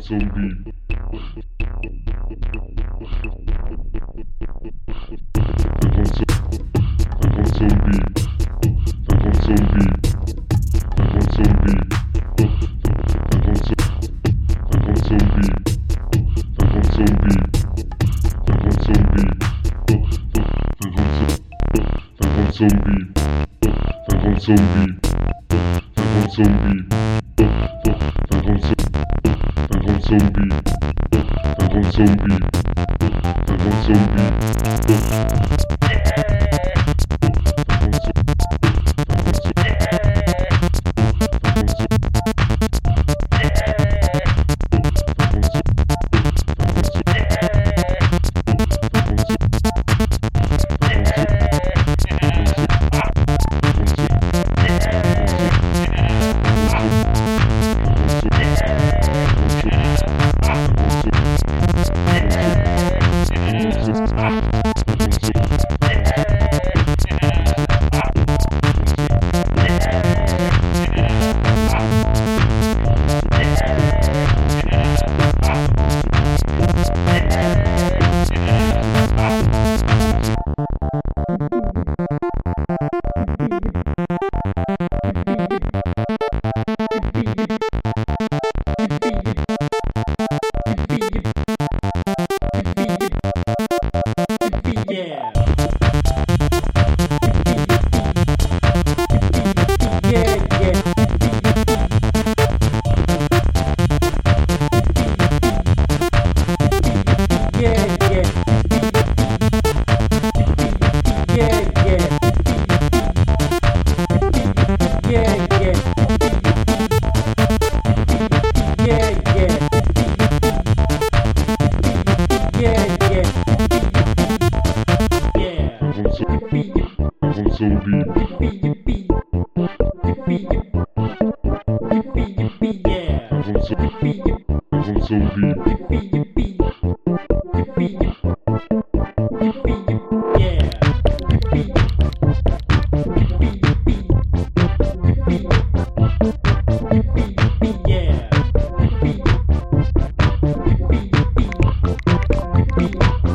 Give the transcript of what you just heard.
so deep. Zombie, 50 Zombie, 50 Zombie, 50 Zombie. 50 zombies, 50 zombies, 50 zombies, 50 zombies. Yeah. Yeah. Zombie, zombie, Yeah.